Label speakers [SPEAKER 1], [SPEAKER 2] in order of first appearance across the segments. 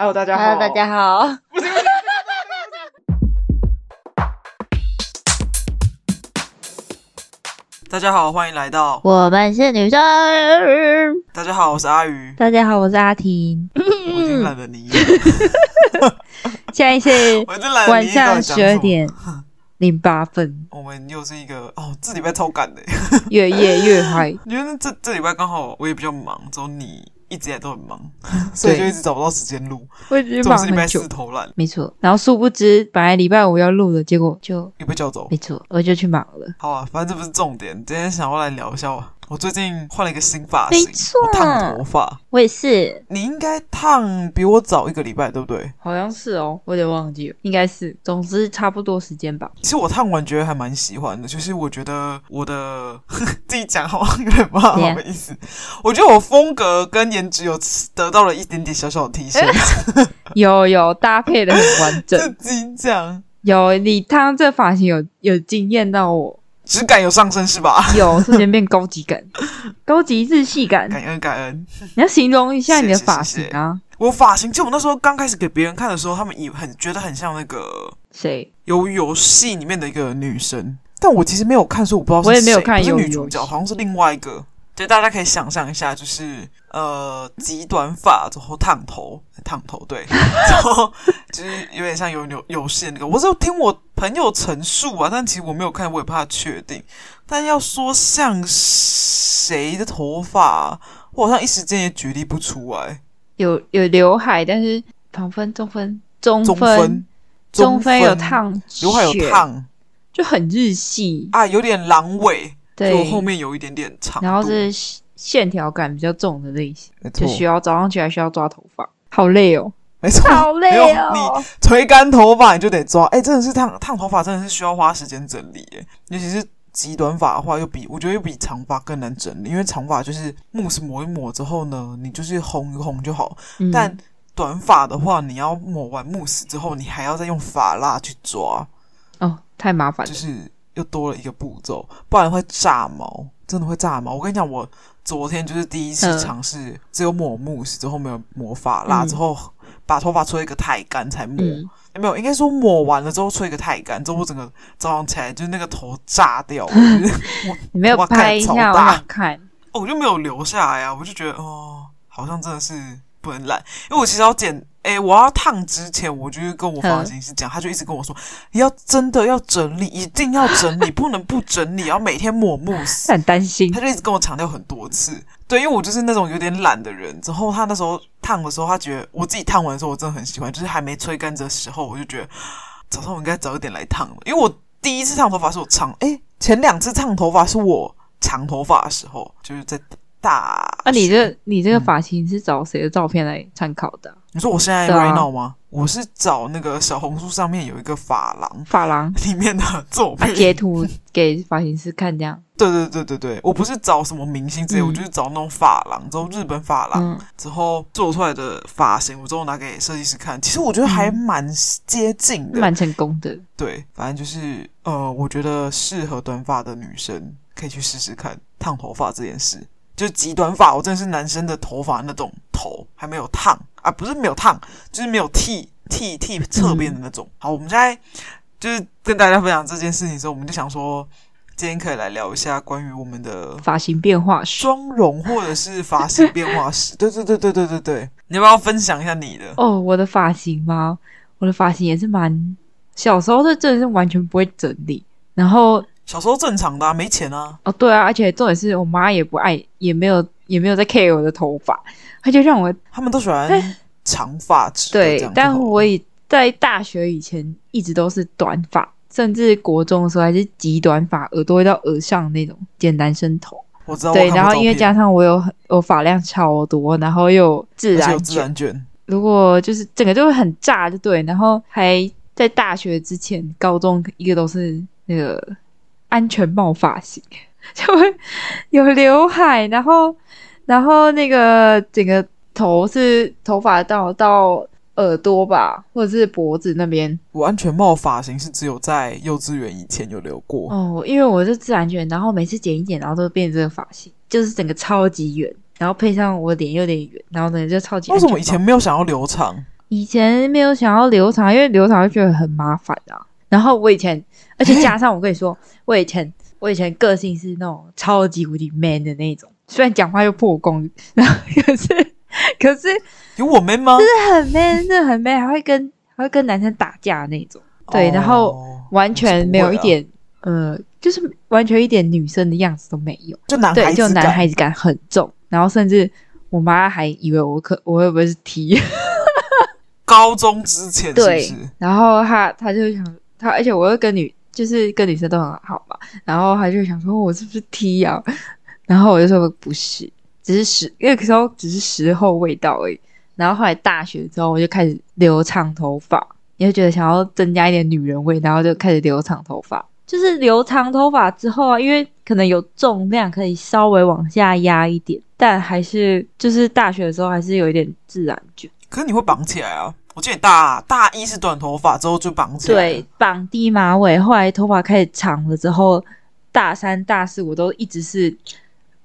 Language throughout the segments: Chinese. [SPEAKER 1] Hello，大家好。
[SPEAKER 2] Hello，大家好。
[SPEAKER 1] 大家好，欢迎来到。
[SPEAKER 2] 我们是女生。
[SPEAKER 1] 大家好，我是阿鱼。
[SPEAKER 2] 大家好，我是阿婷。
[SPEAKER 1] 我已经懒得理你，
[SPEAKER 2] 现在是
[SPEAKER 1] 我已经懒得
[SPEAKER 2] 晚
[SPEAKER 1] 理你到
[SPEAKER 2] 上
[SPEAKER 1] 底讲
[SPEAKER 2] 十
[SPEAKER 1] 什
[SPEAKER 2] 二
[SPEAKER 1] 么。
[SPEAKER 2] 点零八分，
[SPEAKER 1] 我们又是一个哦，这礼拜超赶的，
[SPEAKER 2] 越夜越嗨。
[SPEAKER 1] 因为这这礼拜刚好我也比较忙，之后你一直以来都很忙， 所以就一直找不到时间录。
[SPEAKER 2] 我已经
[SPEAKER 1] 这
[SPEAKER 2] 忙
[SPEAKER 1] 种是礼拜
[SPEAKER 2] 很久
[SPEAKER 1] 四。偷懒，
[SPEAKER 2] 没错，然后殊不知本来礼拜五要录的，结果就
[SPEAKER 1] 又被叫走
[SPEAKER 2] 没。错，我就去忙了。
[SPEAKER 1] 好啊，反正这不是重点，今天想要来聊一下我我最近换了一个新发
[SPEAKER 2] 没
[SPEAKER 1] 型，
[SPEAKER 2] 错
[SPEAKER 1] 我烫头发。
[SPEAKER 2] 我也是，
[SPEAKER 1] 你应该烫比我早一个礼拜，对不对？
[SPEAKER 2] 好像是哦，我有点忘记了，应该是，总之差不多时间吧。
[SPEAKER 1] 其实我烫完觉得还蛮喜欢的，就是我觉得我的 自己讲好像有点不太好的意思，我觉得我风格跟颜值有得到了一点点小小的提升，
[SPEAKER 2] 有有搭配的很完
[SPEAKER 1] 这
[SPEAKER 2] 整，
[SPEAKER 1] 自己讲
[SPEAKER 2] 有你烫这发型有有惊艳到我，
[SPEAKER 1] 质感有上升是吧？
[SPEAKER 2] 有瞬间变高级 感，高级日系感。
[SPEAKER 1] 感恩感恩，
[SPEAKER 2] 你要形容一下你的
[SPEAKER 1] 谢谢
[SPEAKER 2] 发
[SPEAKER 1] 谢
[SPEAKER 2] 型
[SPEAKER 1] 谢
[SPEAKER 2] 啊？
[SPEAKER 1] 我发型就我那时候刚开始给别人看的时候，他们以很觉得很像那个
[SPEAKER 2] 谁？
[SPEAKER 1] 游游戏里面的一个女生，但我其实没有看，所以我不知道是
[SPEAKER 2] 我也没有
[SPEAKER 1] 谁
[SPEAKER 2] 看
[SPEAKER 1] 不是
[SPEAKER 2] 鱿鱼
[SPEAKER 1] 女主
[SPEAKER 2] 游戏
[SPEAKER 1] 角，好像是另外一个。对，大家可以想象一下，就是呃，极短发，然后烫头，烫头， 对，然后就是有点像有有有线那个。我是有听我朋友陈述啊，但其实我没有看，我也不太确定。但要说像谁的头发，我好像一时间也举例不出来。
[SPEAKER 2] 有有刘海，但是旁分、中分、中
[SPEAKER 1] 中
[SPEAKER 2] 分、
[SPEAKER 1] 中
[SPEAKER 2] 中分有，烫血，
[SPEAKER 1] 刘海有烫
[SPEAKER 2] 就很日系。
[SPEAKER 1] 啊，有点狼尾，就
[SPEAKER 2] 对，
[SPEAKER 1] 后面有一点点长度，
[SPEAKER 2] 然后是线线条感比较重的类型，
[SPEAKER 1] 没错
[SPEAKER 2] 就需要早上起来需要抓头发，好累哦，
[SPEAKER 1] 没错，
[SPEAKER 2] 好累
[SPEAKER 1] 没有
[SPEAKER 2] 哦。
[SPEAKER 1] 你吹干头发你就得抓，哎、真的是烫烫头发真的是需要花时间整理，哎，尤其是极短发的话，又比我觉得又比长发更难整理，因为长发就是慕斯抹一抹之后呢，你就是烘一烘就好，
[SPEAKER 2] 嗯
[SPEAKER 1] 但短发的话，你要抹完慕斯之后，你还要再用发蜡去抓，
[SPEAKER 2] 哦，太麻烦
[SPEAKER 1] 就
[SPEAKER 2] 了。
[SPEAKER 1] 是又多了一个步骤，不然会炸毛，真的会炸毛。我跟你讲，我昨天就是第一次
[SPEAKER 2] 嗯
[SPEAKER 1] 尝试，只有抹慕斯之后没有抹发蜡，
[SPEAKER 2] 嗯
[SPEAKER 1] 之后把头发吹一个太干才抹。哎
[SPEAKER 2] 嗯，
[SPEAKER 1] 没有，应该说抹完了之后吹个太干，之后我整个早上起来就是那个头炸掉， 我觉得
[SPEAKER 2] 你没有
[SPEAKER 1] 哇
[SPEAKER 2] 拍一
[SPEAKER 1] 看
[SPEAKER 2] 下，
[SPEAKER 1] 超
[SPEAKER 2] 我
[SPEAKER 1] 大
[SPEAKER 2] 想看。
[SPEAKER 1] 哦我就没有留下来啊，我就觉得哦，好像真的是不能懒，因为我其实要剪，诶、我要烫之前，我就是跟我发型师讲，他就一直跟我说，你要真的要整理，一定要整理，不能不整理，要每天抹慕斯。
[SPEAKER 2] 很担心
[SPEAKER 1] 他就一直跟我强调很多次，对，因为我就是那种有点懒的人。之后他那时候烫的时候，他觉得我自己烫完的时候，我真的很喜欢，就是还没吹干的时候，我就觉得早上我应该早一点来烫了，因为我第一次烫头发是我长，诶，前两次烫头发是我长头发的时候，就是在大学。
[SPEAKER 2] 啊！你这你
[SPEAKER 1] 嗯
[SPEAKER 2] 这个发型是找谁的照片来参考的啊？
[SPEAKER 1] 你说我现在
[SPEAKER 2] 对啊
[SPEAKER 1] right now 吗？我是找那个小红书上面有一个发廊
[SPEAKER 2] 发廊
[SPEAKER 1] 里面的作
[SPEAKER 2] 啊
[SPEAKER 1] 品，，
[SPEAKER 2] 截图给发型师看，这样。
[SPEAKER 1] 对对对对对，我不是找什么明星之类，
[SPEAKER 2] 嗯
[SPEAKER 1] 我就是找那种发廊，之后日本发廊。
[SPEAKER 2] 嗯，
[SPEAKER 1] 之后做出来的发型，我之后拿给设计师看，其实我觉得还蛮接 近的。
[SPEAKER 2] 蛮成功的。
[SPEAKER 1] 对，反正就是呃，我觉得适合短发的女生可以去试试看烫头发这件事。就是极短发，我真的是男生的头发那种头还没有烫啊，不是没有烫，就是没有剃剃剃侧边的那种。好，我们现在就是跟大家分享这件事情之后，我们就想说，今天可以来聊一下关于我们的
[SPEAKER 2] 发型变化术。
[SPEAKER 1] 妆容或者是发型变化史。对对对对对对对，你要不要分享一下你的？
[SPEAKER 2] 哦，我的发型吗？我的发型也是蛮小时候，这真的是完全不会整理。然后
[SPEAKER 1] 小时候正常的、啊，没钱啊，
[SPEAKER 2] 哦，对啊，而且重点是我妈也不爱，也没有也没有在 care 我的头发，她就让我
[SPEAKER 1] 他们都喜欢长发直的这
[SPEAKER 2] 对
[SPEAKER 1] 样就好了。。
[SPEAKER 2] 但我也在大学以前一直都是短发，甚至国中的时候还是极短发，耳朵会到耳上那种简单生头。
[SPEAKER 1] 哦我知道，
[SPEAKER 2] 对，
[SPEAKER 1] 我看过
[SPEAKER 2] 然后
[SPEAKER 1] 照
[SPEAKER 2] 因为
[SPEAKER 1] 片
[SPEAKER 2] 加上我有很我发量超多，然后又有自
[SPEAKER 1] 而且
[SPEAKER 2] 然
[SPEAKER 1] 有
[SPEAKER 2] 卷
[SPEAKER 1] 自然卷，
[SPEAKER 2] 如果就是整个就会很炸，就对。然后还在大学之前，高中一个都是那个安全帽发型， 就会有刘海，然后然后那个整个头是头发到到耳朵吧，或者是脖子那边。
[SPEAKER 1] 我安全帽发型是只有在幼稚园以前有留过，
[SPEAKER 2] 哦，因为我是自然卷，然后每次剪一剪，然后都变成这个发型，就是整个超级圆，然后配上我脸有点圆，然后呢就超级安
[SPEAKER 1] 为
[SPEAKER 2] 全
[SPEAKER 1] 什
[SPEAKER 2] 帽。
[SPEAKER 1] 么以前没有想要留长？
[SPEAKER 2] 以前没有想要留长，因为留长就觉得很麻烦啊。然后我以前，而且加上我跟你 说，我以前我以前个性是那种超级无敌 man 的那一种，虽然讲话又破功，然后可是可是
[SPEAKER 1] 有我们吗？
[SPEAKER 2] 很 man，真的很 man，还会跟还会跟男生打架那种，对，
[SPEAKER 1] 哦
[SPEAKER 2] 然后完全没有
[SPEAKER 1] 还
[SPEAKER 2] 一
[SPEAKER 1] 是不会
[SPEAKER 2] 点呃，就是完全一点女生的样子都没有。
[SPEAKER 1] 就男孩
[SPEAKER 2] 对，
[SPEAKER 1] 子
[SPEAKER 2] 就男
[SPEAKER 1] 感
[SPEAKER 2] 啊孩子感很重，然后甚至我妈还以为我可我会不会是 T，
[SPEAKER 1] 高中之前是不
[SPEAKER 2] 对
[SPEAKER 1] 是？
[SPEAKER 2] 然后她她就想她，而且我又跟女就是跟女生都很好嘛，然后她就想说我是不是 T 啊？ 然后我就说不是，只是时那个时候只是时候未到而已。然后后来大学之后，我就开始留长头发，也会觉得想要增加一点女人味，然后就开始留长头发。就是留长头发之后啊，因为可能有重量可以稍微往下压一点，但还是就是大学的时候还是有一点自然卷。
[SPEAKER 1] 可是你会绑起来啊！我记得你大大一是短头发，之后就绑起来。
[SPEAKER 2] 对，，绑低马尾，后来头发开始长了之后，大三、大四我都一直是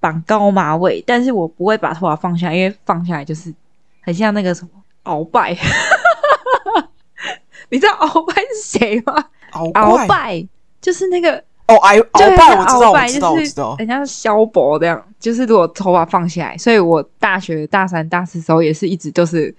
[SPEAKER 2] 绑高马尾，但是我不会把头发放下，因为放下来就是很像那个什么鳌拜。 你知道鳌拜是谁吗？
[SPEAKER 1] 鳌
[SPEAKER 2] 鳌
[SPEAKER 1] 拜
[SPEAKER 2] 拜就是那个
[SPEAKER 1] 哦，鳌
[SPEAKER 2] 就
[SPEAKER 1] 鳌
[SPEAKER 2] 很
[SPEAKER 1] 拜，
[SPEAKER 2] 像
[SPEAKER 1] 我知道，
[SPEAKER 2] 鳌
[SPEAKER 1] 我
[SPEAKER 2] 拜，
[SPEAKER 1] 知道，我
[SPEAKER 2] 就
[SPEAKER 1] 知
[SPEAKER 2] 是
[SPEAKER 1] 道。
[SPEAKER 2] 很像萧伯这样，就是如果头发放下来，所以我大学大三、大四时候也是一直都是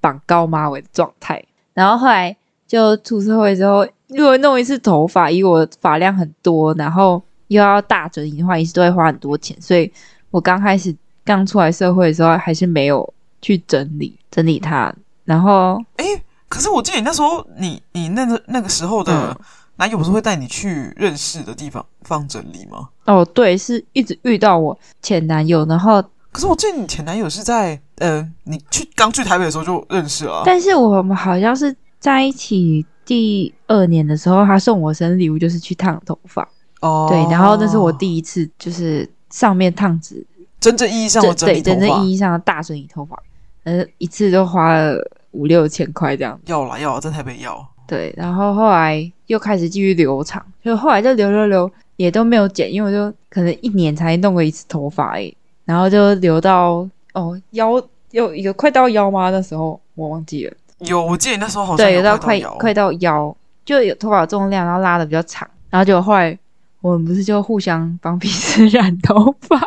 [SPEAKER 2] 绑高马尾的状态。然后后来就出社会之后，如果弄一次头发，以我发量很多，然后又要大整理的话，一次都会花很多钱，所以我刚开始刚出来社会的时候，还是没有去整理整理它。然后
[SPEAKER 1] 诶，可是我记得你那时候，你你那个那个时候的
[SPEAKER 2] 嗯
[SPEAKER 1] 男友不是会带你去认识的地方放整理吗？
[SPEAKER 2] 哦，对，是一直遇到我前男友，然后
[SPEAKER 1] 可是我记得你前男友是在呃，你去刚去台北的时候就认识了啊、
[SPEAKER 2] 但是我们好像是在一起第二年的时候，他送我生日礼物就是去烫头发，
[SPEAKER 1] 哦，
[SPEAKER 2] 对，然后那是我第一次就是上面烫直，
[SPEAKER 1] 真正意义上
[SPEAKER 2] 这
[SPEAKER 1] 的整
[SPEAKER 2] 对
[SPEAKER 1] 理头
[SPEAKER 2] 真正
[SPEAKER 1] 发
[SPEAKER 2] 意。义上的大整理头发，呃，一次都花了五六千块这样，
[SPEAKER 1] 要啦要啦，在台北要。
[SPEAKER 2] 对，然后后来又开始继续留长，就后来就留留留也都没有剪，因为我就可能一年才弄个一次头发而已，然后就留到哦腰有有快到腰吗？那时候我忘记了。
[SPEAKER 1] 有，我记得你那时候好像
[SPEAKER 2] 对，有到快
[SPEAKER 1] 快摇
[SPEAKER 2] 快到腰，就有头发重量，然后拉的比较长，然后结果后来我们不是就互相帮彼此 染头发，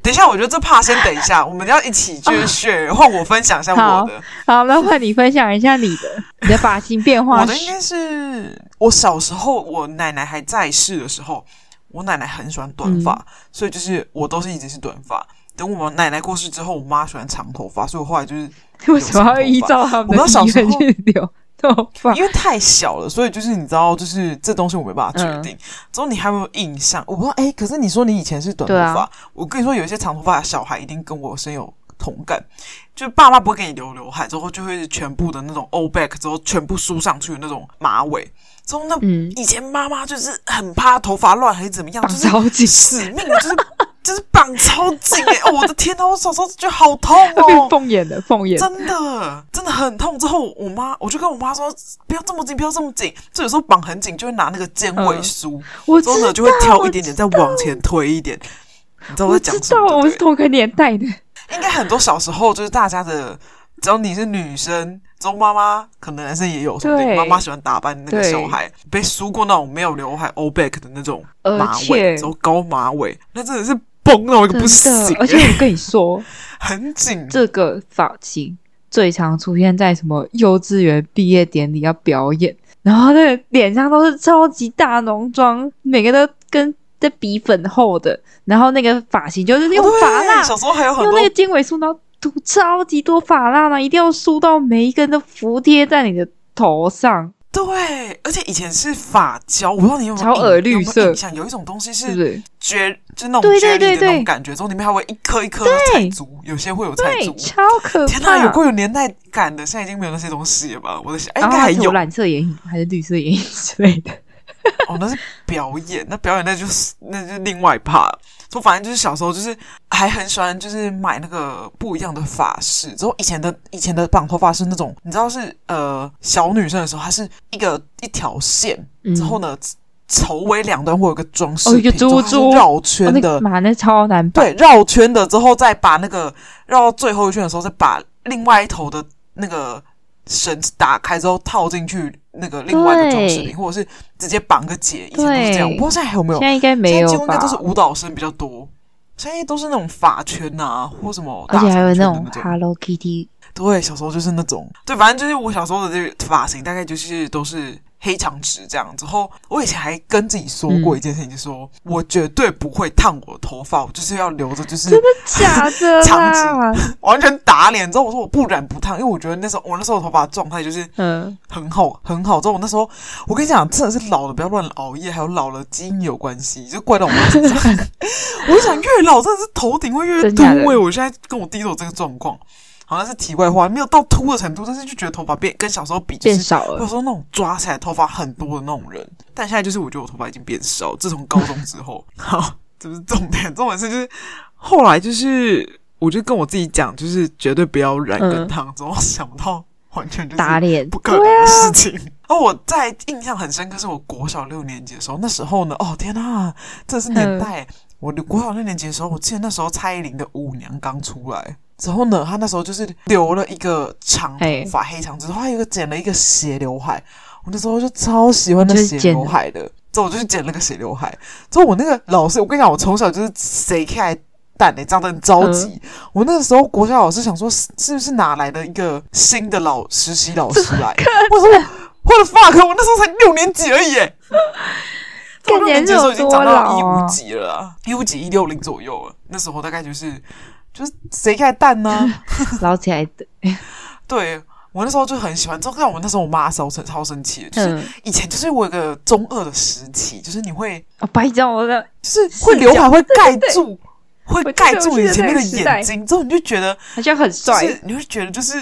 [SPEAKER 1] 等一下，我觉得这怕先等一下，我们要一起去 学，换我分享一下我的。
[SPEAKER 2] 好，那换你分享一下你的你的发型变化
[SPEAKER 1] 我的应
[SPEAKER 2] 史，
[SPEAKER 1] 该是我小时候，我奶奶还在世的时候，我奶奶很喜欢短发，所以就是我都是一直是短发。等我奶奶过世之后，我妈喜欢长头发，所以我后来就是
[SPEAKER 2] 为什么要依照他们的
[SPEAKER 1] 我小
[SPEAKER 2] 意
[SPEAKER 1] 时
[SPEAKER 2] 愿
[SPEAKER 1] 候
[SPEAKER 2] 去留头发？
[SPEAKER 1] 因为太小了，所以就是你知道，就是这东西我没办法决
[SPEAKER 2] 嗯
[SPEAKER 1] 定。之后你还有没有印象？我不知道。哎、可是你说你以前是短头
[SPEAKER 2] 对啊
[SPEAKER 1] 发，我跟你说，有一些长头发的小孩一定跟我深有同感。就爸妈不会给你留刘海，之后就会全部的那种 all back，之后全部梳上去的那种马尾。之后那
[SPEAKER 2] 嗯，
[SPEAKER 1] 以前妈妈就是很怕头发乱还是怎么样，
[SPEAKER 2] 绑
[SPEAKER 1] 就是
[SPEAKER 2] 超紧，
[SPEAKER 1] 死命的就是 就是绑超紧哎、哦，我的天呐，我小时候就觉得好痛
[SPEAKER 2] 会变
[SPEAKER 1] 哦。
[SPEAKER 2] 凤眼的凤眼，
[SPEAKER 1] 真的，真的很痛。之后我妈，我就跟我妈说，不要这么紧，不要这么紧。就有时候绑很紧，就会拿那个尖
[SPEAKER 2] 嗯
[SPEAKER 1] 尾梳，
[SPEAKER 2] 我知
[SPEAKER 1] 之后呢就会挑一点点，
[SPEAKER 2] 道
[SPEAKER 1] 再往前推一点。你知道
[SPEAKER 2] 我
[SPEAKER 1] 在
[SPEAKER 2] 知
[SPEAKER 1] 讲什
[SPEAKER 2] 道
[SPEAKER 1] 么？ 对
[SPEAKER 2] 我们是
[SPEAKER 1] 不
[SPEAKER 2] 同个年代的，
[SPEAKER 1] 对应该很多小时候就是大家的，只要你是女生，之后妈妈可能男生也有，说不定
[SPEAKER 2] 对
[SPEAKER 1] 妈妈喜欢打扮那个
[SPEAKER 2] 对
[SPEAKER 1] 小孩，被梳过那种没有刘海 all back 的那种
[SPEAKER 2] 而
[SPEAKER 1] 马尾，
[SPEAKER 2] 且
[SPEAKER 1] 之后高马尾，那真的是崩到一个
[SPEAKER 2] 真
[SPEAKER 1] 不行
[SPEAKER 2] 的，，而且我跟你说。
[SPEAKER 1] 很紧。
[SPEAKER 2] 这个发型最常出现在什么幼稚园毕业典礼要表演，然后那个脸上都是超级大浓妆，每个都跟在比粉厚的，然后那个发型就是用
[SPEAKER 1] 对
[SPEAKER 2] 发蜡，
[SPEAKER 1] 小时候还有很
[SPEAKER 2] 用
[SPEAKER 1] 多
[SPEAKER 2] 那个尖尾梳，然后涂超级多发蜡呢，一定要梳到每一根都服贴在你的头上，
[SPEAKER 1] 对，而且以前是发胶，我不知道你有没有
[SPEAKER 2] 超
[SPEAKER 1] 印
[SPEAKER 2] 耳绿
[SPEAKER 1] 有没有
[SPEAKER 2] 色
[SPEAKER 1] 印象有一种东西
[SPEAKER 2] 是不
[SPEAKER 1] 是
[SPEAKER 2] 是？
[SPEAKER 1] 蕨，就是那种
[SPEAKER 2] 对
[SPEAKER 1] 蕨
[SPEAKER 2] 对
[SPEAKER 1] 类的
[SPEAKER 2] 对
[SPEAKER 1] 那种
[SPEAKER 2] 对
[SPEAKER 1] 感觉，之后里面还会一颗一颗的
[SPEAKER 2] 对
[SPEAKER 1] 彩珠，有些会有彩
[SPEAKER 2] 对
[SPEAKER 1] 珠，。
[SPEAKER 2] 超可怕！
[SPEAKER 1] 天哪，有够有年代感的，现在已经没有那些东西了吧？我在想，哎，应
[SPEAKER 2] 然
[SPEAKER 1] 该
[SPEAKER 2] 后
[SPEAKER 1] 还
[SPEAKER 2] 还涂
[SPEAKER 1] 有
[SPEAKER 2] 蓝色眼影还是绿色眼影之类的，
[SPEAKER 1] 哦，那是表演，那表演那就是那就是另外一 part。说反正就是小时候就是还很喜欢就是买那个不一样的发饰，之后以前的以前的绑头发是那种你知道是呃小女生的时候，它是一个一条线，
[SPEAKER 2] 嗯
[SPEAKER 1] 之后呢头尾两端会有一个装饰
[SPEAKER 2] 哦
[SPEAKER 1] 品，
[SPEAKER 2] 一个
[SPEAKER 1] 之后
[SPEAKER 2] 珠
[SPEAKER 1] 它是
[SPEAKER 2] 珠
[SPEAKER 1] 绕
[SPEAKER 2] 哦
[SPEAKER 1] 圈
[SPEAKER 2] 那
[SPEAKER 1] 的，
[SPEAKER 2] 个妈那超难绑，
[SPEAKER 1] 对，绕圈的之后再把那个绕到最后一圈的时候再把另外一头的那个绳子打开之后套进去那个另外的装饰
[SPEAKER 2] 对
[SPEAKER 1] 品，或者是直接绑个结，以前都是这样。我
[SPEAKER 2] 对
[SPEAKER 1] 不知道现在还有没有
[SPEAKER 2] 现，在应该没
[SPEAKER 1] 现在
[SPEAKER 2] 有
[SPEAKER 1] 几乎应该
[SPEAKER 2] 吧
[SPEAKER 1] 都？是舞蹈生比较多，现在都是那种发圈啊，或什么
[SPEAKER 2] 而
[SPEAKER 1] 大
[SPEAKER 2] 且
[SPEAKER 1] 长
[SPEAKER 2] 还
[SPEAKER 1] 圈
[SPEAKER 2] 有
[SPEAKER 1] 的
[SPEAKER 2] 那
[SPEAKER 1] 那
[SPEAKER 2] 种 Hello Kitty，
[SPEAKER 1] 对，小时候就是那种，对，反正就是我小时候的这个发型，大概就是都是黑长直这样。之后我以前还跟自己说过一件事情，就是说我绝对不会烫我的头发，我就是要留着，就是
[SPEAKER 2] 真的假的
[SPEAKER 1] 长
[SPEAKER 2] 啦？
[SPEAKER 1] 完全打脸。之后我说我不染不烫，因为我觉得那时候我那时候头发状态就是
[SPEAKER 2] 嗯，
[SPEAKER 1] 很好很好。之后我那时候我跟你讲，真的是老了不要乱熬夜，还有老了基因有关系，就怪到我妈身上。我就想越老真的是头顶会越
[SPEAKER 2] 真
[SPEAKER 1] 秃
[SPEAKER 2] 假的
[SPEAKER 1] 哎、我现在跟我弟都有这个状况。好像是题外话，没有到秃的程度，但是就觉得头发变跟小时候比，就
[SPEAKER 2] 变
[SPEAKER 1] 是
[SPEAKER 2] 少
[SPEAKER 1] 有
[SPEAKER 2] 了。
[SPEAKER 1] 时候那种抓起来头发很多的那种人。但现在就是我觉得我头发已经变少，自从高中之后， 好，这不是重点，重点是就是后来就是我就跟我自己讲，就是绝对不要染跟
[SPEAKER 2] 嗯
[SPEAKER 1] 烫，之后想不到完全就是
[SPEAKER 2] 打脸，啊
[SPEAKER 1] 不可能的事情。而我在印象很深刻，是我国小六年级的时候，那时候呢，哦天呐，这是年
[SPEAKER 2] 嗯
[SPEAKER 1] 代。欸我国小六年级的时候，我记得那时候蔡依林的《舞娘》刚出来，之后呢，她那时候就是留了一个长头发，黑长直，之后她有一个剪了一个斜刘海。我那时候就超喜欢那
[SPEAKER 2] 就是
[SPEAKER 1] 斜
[SPEAKER 2] 剪
[SPEAKER 1] 刘海的，之后我就去剪了个斜刘海。之后我那个老师，我跟你讲，我从小就是谁开蛋嘞、欸，长得很着急。
[SPEAKER 2] 嗯
[SPEAKER 1] 我那个时候国小老师想说，是是不是哪来的一个新的老实习老师 来？我说我的 fuck，我那时候才六年级而已、欸。
[SPEAKER 2] 干
[SPEAKER 1] 我六年级的时候已经长
[SPEAKER 2] 人有
[SPEAKER 1] 到一
[SPEAKER 2] 多老
[SPEAKER 1] 五
[SPEAKER 2] 啊
[SPEAKER 1] 级了啊，一五级一六零左右了。那时候大概就是就是谁开蛋呢、
[SPEAKER 2] 捞起来的。
[SPEAKER 1] 对我那时候就很喜欢，之后让我那时候我妈超生超生气的，就是
[SPEAKER 2] 嗯，
[SPEAKER 1] 以前就是我有个中二的时期，就是你会
[SPEAKER 2] 哦，白讲我的，
[SPEAKER 1] 就是会刘海会盖住，会
[SPEAKER 2] 对
[SPEAKER 1] 盖住你前面的
[SPEAKER 2] 我记得那
[SPEAKER 1] 眼
[SPEAKER 2] 个时
[SPEAKER 1] 睛，之后你就觉得，
[SPEAKER 2] 好像很
[SPEAKER 1] 就
[SPEAKER 2] 帅。
[SPEAKER 1] 是你会觉得就是，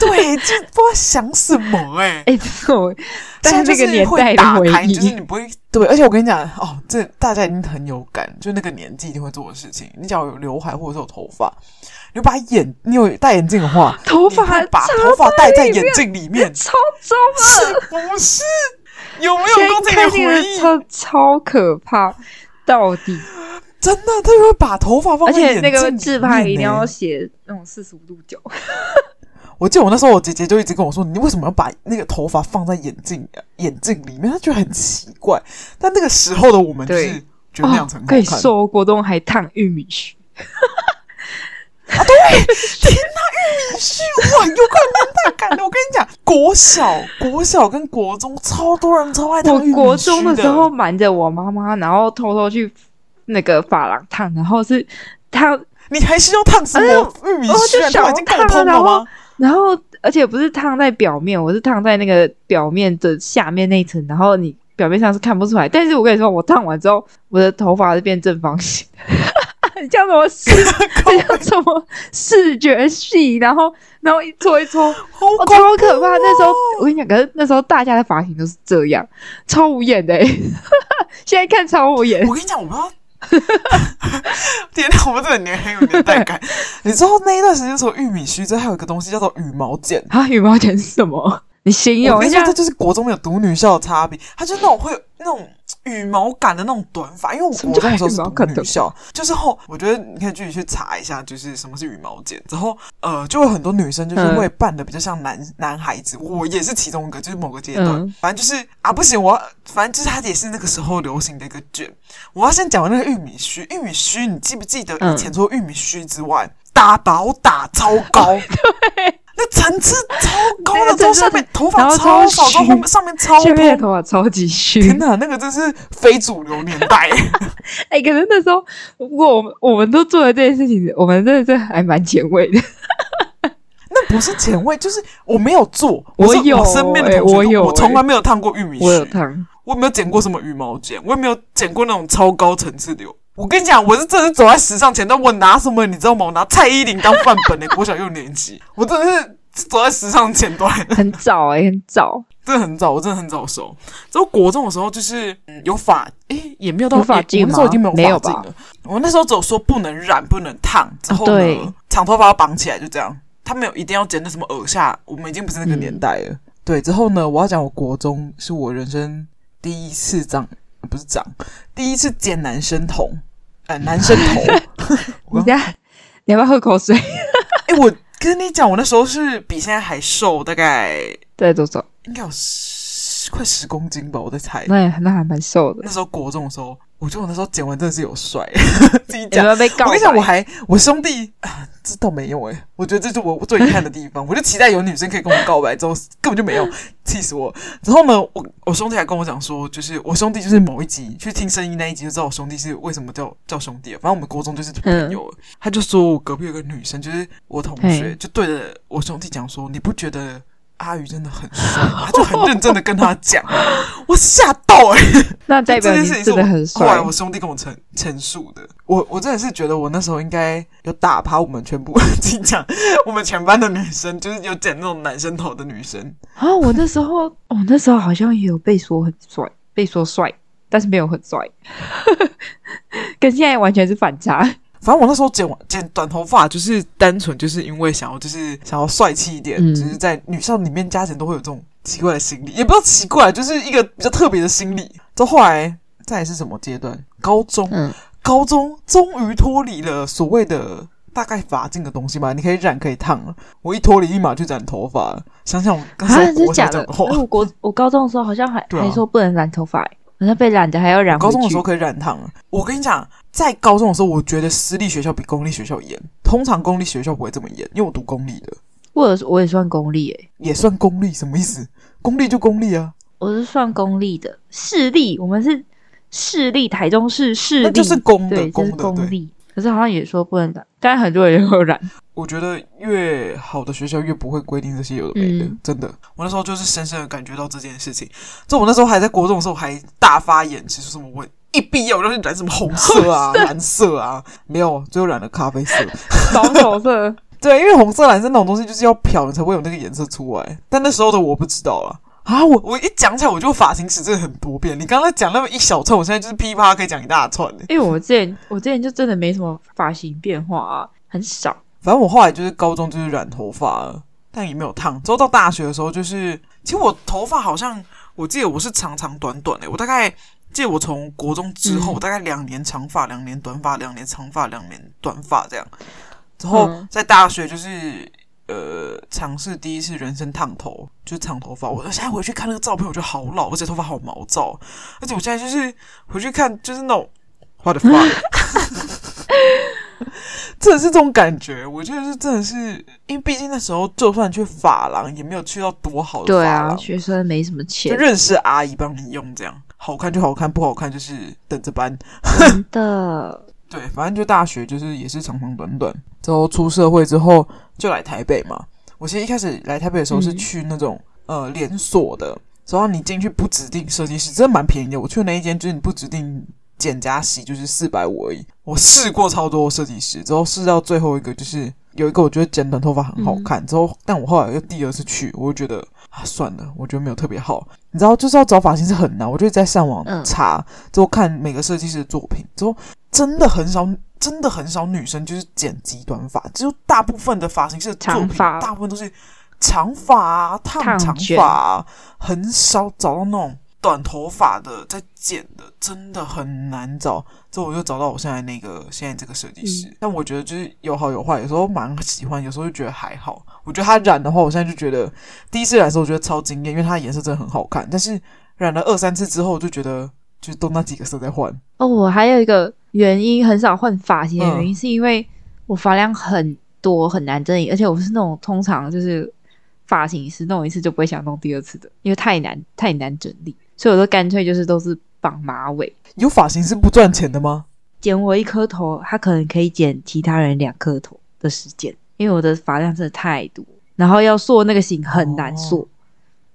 [SPEAKER 1] 对，就不知道想什么 哎、
[SPEAKER 2] 哎，这是我在
[SPEAKER 1] 现在
[SPEAKER 2] 那
[SPEAKER 1] 就
[SPEAKER 2] 个
[SPEAKER 1] 是
[SPEAKER 2] 年
[SPEAKER 1] 会
[SPEAKER 2] 代的
[SPEAKER 1] 打
[SPEAKER 2] 回
[SPEAKER 1] 开，就是
[SPEAKER 2] 忆。
[SPEAKER 1] 你不会对，而且我跟你讲哦，这大家一定很有感，就那个年纪一定会做的事情。你只要有刘海或者是有头发，你就把眼，你有戴眼镜的话，
[SPEAKER 2] 头
[SPEAKER 1] 你
[SPEAKER 2] 发
[SPEAKER 1] 会把
[SPEAKER 2] 长
[SPEAKER 1] 头发戴在眼镜里面，
[SPEAKER 2] 超中
[SPEAKER 1] 是不是？有没
[SPEAKER 2] 现
[SPEAKER 1] 有
[SPEAKER 2] 在
[SPEAKER 1] 跟这
[SPEAKER 2] 看
[SPEAKER 1] 个
[SPEAKER 2] 那
[SPEAKER 1] 回
[SPEAKER 2] 个
[SPEAKER 1] 忆？
[SPEAKER 2] 超超可怕，到底，
[SPEAKER 1] 真的，他就会把头发放
[SPEAKER 2] 而
[SPEAKER 1] 在眼
[SPEAKER 2] 且
[SPEAKER 1] 镜
[SPEAKER 2] 那个
[SPEAKER 1] 里
[SPEAKER 2] 自拍
[SPEAKER 1] 面
[SPEAKER 2] 一定
[SPEAKER 1] 欸
[SPEAKER 2] 要写那种四十五度角，
[SPEAKER 1] 我记得我那时候，我姐姐就一直跟我说：“你为什么要把那个头发放在眼镜眼镜里面？”她觉得很奇怪。但那个时候的我们就
[SPEAKER 2] 对
[SPEAKER 1] 是觉得那样才很好
[SPEAKER 2] 哦可
[SPEAKER 1] 看。
[SPEAKER 2] 以说国中还烫玉米 须，
[SPEAKER 1] 是哇，有个年代感的。我跟你讲，国小、国小跟国中超多人超爱烫
[SPEAKER 2] 我
[SPEAKER 1] 玉米须
[SPEAKER 2] 国中
[SPEAKER 1] 的
[SPEAKER 2] 的时候，瞒着我妈妈，然后偷偷去那个发廊烫，然后是烫，
[SPEAKER 1] 你还是要烫什么玉米
[SPEAKER 2] 我
[SPEAKER 1] 须、
[SPEAKER 2] 就
[SPEAKER 1] 啊？
[SPEAKER 2] 想
[SPEAKER 1] 头发已经够通了
[SPEAKER 2] 烫然
[SPEAKER 1] 吗
[SPEAKER 2] 后？然后而且不是烫在表面，我是烫在那个表面的下面那一层，然后你表面上是看不出来。但是我跟你说，我烫完之后，我的头发是变正方形。你 叫什么视？ 这叫什么视觉系？然后，然后一搓一搓，
[SPEAKER 1] 好
[SPEAKER 2] 哦，
[SPEAKER 1] 恐
[SPEAKER 2] 超可
[SPEAKER 1] 怖
[SPEAKER 2] 怕！那时候
[SPEAKER 1] 哦
[SPEAKER 2] 我跟你讲，可是那时候大家的发型都是这样，超无眼的、欸。 现在看超无眼，
[SPEAKER 1] 我跟你讲，我不知道。 天哪，我们这个年很有年代感。你知道那一段时间，除了玉米须之外，还有一个东西叫做羽毛剪。
[SPEAKER 2] 啊，羽毛剪是什么？你形
[SPEAKER 1] 我
[SPEAKER 2] 容
[SPEAKER 1] 跟
[SPEAKER 2] 一
[SPEAKER 1] 你说，
[SPEAKER 2] 下
[SPEAKER 1] 这就是国中没有读女校的差别，它就是那种会有那种羽毛感的那种短发。因为我
[SPEAKER 2] 什么
[SPEAKER 1] 国中的时候是
[SPEAKER 2] 叫羽毛感的
[SPEAKER 1] 读女校，就是后我觉得你可以自己去查一下，就是什么是羽毛剪。之后呃，就有很多女生就是
[SPEAKER 2] 嗯
[SPEAKER 1] 会扮的比较像男、男孩子，我也是其中一个，就是某个阶段，
[SPEAKER 2] 嗯
[SPEAKER 1] 反正就是啊不行，我要反正就是它也是那个时候流行的一个卷。我要先讲完那个玉米须，玉米须你记不记得
[SPEAKER 2] 嗯
[SPEAKER 1] 以前除了玉米须之外，打薄打超高， 那层次超高
[SPEAKER 2] 那
[SPEAKER 1] 的，
[SPEAKER 2] 个
[SPEAKER 1] 之后
[SPEAKER 2] 真
[SPEAKER 1] 下
[SPEAKER 2] 的
[SPEAKER 1] 面
[SPEAKER 2] 是
[SPEAKER 1] 头发
[SPEAKER 2] 然后
[SPEAKER 1] 超
[SPEAKER 2] 超
[SPEAKER 1] 少，之后
[SPEAKER 2] 虚
[SPEAKER 1] 后面上面超
[SPEAKER 2] 下面的
[SPEAKER 1] 蓬。
[SPEAKER 2] 头发超级虚。
[SPEAKER 1] 天哪，那个真是非主流年 代，
[SPEAKER 2] 哎、可是那时候，如果我们我们都做了这件事情，我们真的是还蛮前卫的。
[SPEAKER 1] 那不是前卫，就是我没有做，
[SPEAKER 2] 我
[SPEAKER 1] 是
[SPEAKER 2] 有
[SPEAKER 1] 我身边的
[SPEAKER 2] 欸
[SPEAKER 1] 同学
[SPEAKER 2] 我
[SPEAKER 1] 都
[SPEAKER 2] 有
[SPEAKER 1] 我从
[SPEAKER 2] 欸
[SPEAKER 1] 来没有烫过玉米须，
[SPEAKER 2] 我有烫，
[SPEAKER 1] 我也没有剪过什么羽毛剪，我也没有剪过那种超高层次流。我跟你讲，我是真的是走在时尚前端，我拿什么你知道吗？我拿蔡依林当范本呢、欸国小六年级，我真的是走在时尚前端，
[SPEAKER 2] 很早哎、很早，
[SPEAKER 1] 真的很早，我真的很早熟。之后国中的时候就是、嗯、有法，诶、也没有到
[SPEAKER 2] 有发
[SPEAKER 1] 我
[SPEAKER 2] 髻
[SPEAKER 1] 那时候已经没
[SPEAKER 2] 吗
[SPEAKER 1] 有
[SPEAKER 2] 没有
[SPEAKER 1] 发髻
[SPEAKER 2] 吧
[SPEAKER 1] 了。我那时候只有说不能染、不能烫，之后呢，
[SPEAKER 2] 啊对
[SPEAKER 1] 长头发要绑起来，就这样。他没有一定要剪那什么耳下，我们已经不是那个年代
[SPEAKER 2] 嗯
[SPEAKER 1] 了。对，之后呢，我要讲我国中是我人生第一次长，呃不是长，第一次剪男生 头，呃，男生头。
[SPEAKER 2] 你等下你要不要喝口水？
[SPEAKER 1] 哎、我跟你讲，我那时候是比现在还瘦，大概
[SPEAKER 2] 对，多少？
[SPEAKER 1] 应该有十快十公斤吧，我在猜。
[SPEAKER 2] 那也那还蛮瘦的
[SPEAKER 1] 那。时候国中的时候，我觉得我那时候剪完真的是有帅， 自己
[SPEAKER 2] 有
[SPEAKER 1] 讲
[SPEAKER 2] 没。有被告白？
[SPEAKER 1] 我跟你讲，我还我兄弟啊，这倒没用哎、我觉得这是我最遗憾的地方。我就期待有女生可以跟我告白，之后根本就没有，气死我。然后呢，我我兄弟还跟我讲说，就是我兄弟就是某一集去听声音那一集就知道我兄弟是为什么叫叫兄弟了。反正我们国中就是朋友了，
[SPEAKER 2] 嗯
[SPEAKER 1] 他就说我隔壁有个女生，就是我同学
[SPEAKER 2] 嘿，
[SPEAKER 1] 就对着我兄弟讲说，你不觉得？阿宇真的很帅吗，他就很认真的跟他讲， 我吓到哎、
[SPEAKER 2] 那代表
[SPEAKER 1] 这件
[SPEAKER 2] 你
[SPEAKER 1] 事情是
[SPEAKER 2] 真
[SPEAKER 1] 我
[SPEAKER 2] 的很
[SPEAKER 1] 后
[SPEAKER 2] 帅
[SPEAKER 1] 来。我兄弟跟我陈陈述的，我我真的是觉得我那时候应该有打趴我们全部， 经常我们全班的女生，就是有剪那种男生头的女生，
[SPEAKER 2] 啊，我那时候，我、那时候好像也有被说很帅，被说帅，但是没有很帅， 跟现在完全是反差。
[SPEAKER 1] 反正我那时候剪完剪短头发，就是单纯就是因为想要就是想要帅气一点，
[SPEAKER 2] 嗯
[SPEAKER 1] 就是在女校里面加减都会有这种奇怪的心理，也不知道奇怪，就是一个比较特别的心理。到后来再来是什么阶段？高中，
[SPEAKER 2] 嗯，
[SPEAKER 1] 高中终于脱离了所谓的大概法镜的东西吧，你可以染可以烫了。我一脱离，立马去染头发了。想想我刚才
[SPEAKER 2] 啊，真
[SPEAKER 1] 我
[SPEAKER 2] 的
[SPEAKER 1] 想
[SPEAKER 2] 假
[SPEAKER 1] 讲
[SPEAKER 2] 的？
[SPEAKER 1] 的话
[SPEAKER 2] 哎，我国我高中的时候好像还、
[SPEAKER 1] 对啊
[SPEAKER 2] 还说不能染头发、好像被染的还要染回
[SPEAKER 1] 高
[SPEAKER 2] 去。
[SPEAKER 1] 中的时候可以染烫了。我跟你讲，在高中的时候，我觉得私立学校比公立学校严。通常公立学校不会这么严，因为我读公立的，
[SPEAKER 2] 我有我也算欸公立诶、
[SPEAKER 1] 也算公立，什么意思？公立就公立啊，
[SPEAKER 2] 我是算公立的，市立，我们是市立，台中市市
[SPEAKER 1] 那
[SPEAKER 2] 立，
[SPEAKER 1] 就是公的
[SPEAKER 2] 对，，这
[SPEAKER 1] 公
[SPEAKER 2] 是
[SPEAKER 1] 的
[SPEAKER 2] 公
[SPEAKER 1] 对。
[SPEAKER 2] 立。可是好像也说不能染，但很多人有染。
[SPEAKER 1] 我觉得越好的学校越不会规定这些有的没的，
[SPEAKER 2] 嗯
[SPEAKER 1] 真的。我那时候就是深深的感觉到这件事情。就我那时候还在国中的时候，还大发言，其实什么我一毕业我就是染什么红色啊、蓝色啊，没有，最后染了咖啡色。
[SPEAKER 2] 黄头色，
[SPEAKER 1] 对，因为红色、蓝色那种东西就是要漂你才会有那个颜色出来。但那时候的我不知道啊。啊，我我一讲起来，我就发型史真的很多变。你刚才讲那么一小串，我现在就是噼啪可以讲一大串、欸。
[SPEAKER 2] 因为我之前我之前就真的没什么发型变化啊，很少。
[SPEAKER 1] 反正我后来就是高中就是染头发了，但也没有烫。之后到大学的时候，就是其实我头发好像，我记得我是长长短短的、我大概记得我从国中之后，
[SPEAKER 2] 嗯
[SPEAKER 1] 我大概两年长发，两年短发，两年长发，两年短发这样。之后
[SPEAKER 2] 嗯
[SPEAKER 1] 在大学就是呃尝试第一次人生烫头，就是烫头发。我现在回去看那个照片，我觉得好老，而且头发好毛躁，而且我现在就是回去看就是那种我的发， 真的是这种感觉。我觉得是真的是，因为毕竟那时候就算去发廊，也没有去到多好的
[SPEAKER 2] 对
[SPEAKER 1] 发
[SPEAKER 2] 啊，
[SPEAKER 1] 廊，
[SPEAKER 2] 学生没什么
[SPEAKER 1] 就
[SPEAKER 2] 钱，
[SPEAKER 1] 认识阿姨帮你用这样。好看就好看，不好看就是等着搬。
[SPEAKER 2] 真的。
[SPEAKER 1] 对，反正就大学就是也是长长短短，之后出社会之后就来台北嘛。我其实一开始来台北的时候是
[SPEAKER 2] 嗯
[SPEAKER 1] 去那种、呃连锁的，然后你进去不指定设计师，真的蛮便宜的。我去的那一间就是你不指定剪加洗就是四百五而已。我试过超多设计师，之后试到最后一个就是有一个我觉得剪短头发很好
[SPEAKER 2] 嗯
[SPEAKER 1] 看，之后但我后来又第二次去，我就觉得啊算了，我觉得没有特别好。你知道，就是要找发型是很难，我就在上网
[SPEAKER 2] 嗯
[SPEAKER 1] 查，之后看每个设计师的作品，之后真的很少，真的很少女生就是剪极短发，就大部分的发型师的作品
[SPEAKER 2] 长，发
[SPEAKER 1] 大部分都是长发啊、烫
[SPEAKER 2] 烫
[SPEAKER 1] 长
[SPEAKER 2] 卷
[SPEAKER 1] 发啊，很少找到那种短头发的在剪的，真的很难找。之后我就找到我现在那个现在这个设计
[SPEAKER 2] 嗯
[SPEAKER 1] 师，但我觉得就是有好有坏，有时候蛮喜欢，有时候就觉得还好。我觉得他染的话，我现在就觉得第一次染的时候我觉得超惊艳，因为它的颜色真的很好看。但是染了二三次之后，我就觉得就都那几个色在换。
[SPEAKER 2] 哦，我还有一个原因很少换发型的
[SPEAKER 1] 嗯
[SPEAKER 2] 原因，是因为我发量很多，很难整理，而且我是那种通常就是发型师弄一次就不会想弄第二次的，因为太难太难整理，所以我都干脆就是都是绑马尾，
[SPEAKER 1] 有发型是不赚钱的吗？
[SPEAKER 2] 剪我一颗头，他可能可以剪其他人两颗头的时间，因为我的发量真的太多，然后要塑那个型很难塑，
[SPEAKER 1] 哦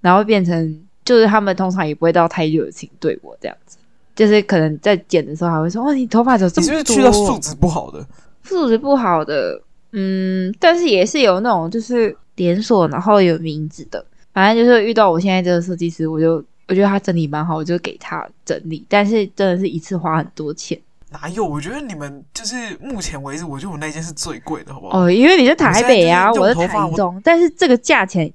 [SPEAKER 2] 然后变成就是他们通常也不会到太热情对我这样子，就是可能在剪的时候还会说：“哦，你头发怎么这
[SPEAKER 1] 你
[SPEAKER 2] 么
[SPEAKER 1] 是
[SPEAKER 2] 多
[SPEAKER 1] 不？”是去到素质不好的？
[SPEAKER 2] 素质不好的，嗯，但是也是有那种就是连锁，然后有名字的，反正就是遇到我现在这个设计师，我就我觉得他整理蛮好，我就给他整理，但是真的是一次花很多钱。
[SPEAKER 1] 哪有？我觉得你们就是目前为止，我觉得我那一件是最贵的，好不好？
[SPEAKER 2] 哦，因为你在台北啊，
[SPEAKER 1] 我
[SPEAKER 2] 我
[SPEAKER 1] 现在就是
[SPEAKER 2] 在
[SPEAKER 1] 用头发
[SPEAKER 2] 台中，但是这个价钱，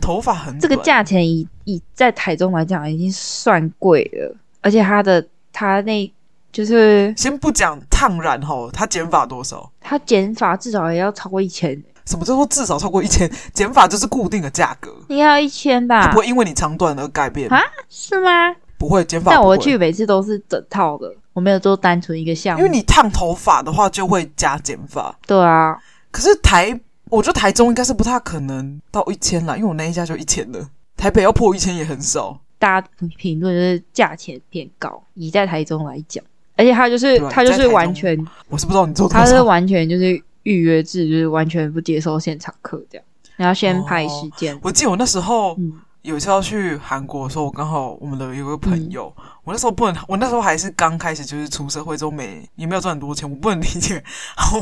[SPEAKER 1] 头发很短
[SPEAKER 2] 这个价钱以以在台中来讲已经算贵了，而且它的它那就是
[SPEAKER 1] 先不讲烫染哈，它剪发多少？
[SPEAKER 2] 它剪发至少也要超过一千，
[SPEAKER 1] 什么叫做至少超过一千？减法就是固定的价格，
[SPEAKER 2] 应该要一千
[SPEAKER 1] 它
[SPEAKER 2] 吧
[SPEAKER 1] 不？会因为你长短而改变
[SPEAKER 2] 啊。是吗？
[SPEAKER 1] 不会，减法
[SPEAKER 2] 但
[SPEAKER 1] 不
[SPEAKER 2] 我
[SPEAKER 1] 会
[SPEAKER 2] 的。剧每次都是整套的，我没有做单纯一个项
[SPEAKER 1] 因为
[SPEAKER 2] 目。
[SPEAKER 1] 你烫头发的话就会加减法，
[SPEAKER 2] 对啊，
[SPEAKER 1] 可是台，我觉得台中应该是不太可能到一千啦，因为我那一家就一千了。台北要破一千也很少，
[SPEAKER 2] 大家评论就是价钱偏高，以在台中来讲，而且它就是
[SPEAKER 1] 对啊
[SPEAKER 2] 它就
[SPEAKER 1] 在台
[SPEAKER 2] 是
[SPEAKER 1] 中
[SPEAKER 2] 完全，
[SPEAKER 1] 我是不知道你做多
[SPEAKER 2] 它是
[SPEAKER 1] 少。
[SPEAKER 2] 完全就是预约制，就是完全不接受现场课这样，然后先排时间，
[SPEAKER 1] 我记得我那时候
[SPEAKER 2] 嗯，
[SPEAKER 1] 有一次要去韩国的时候，我刚好我们的有个朋友，
[SPEAKER 2] 嗯
[SPEAKER 1] 我那时候不能，我那时候还是刚开始就是出社会之后没也没有赚很多钱， 我不能理解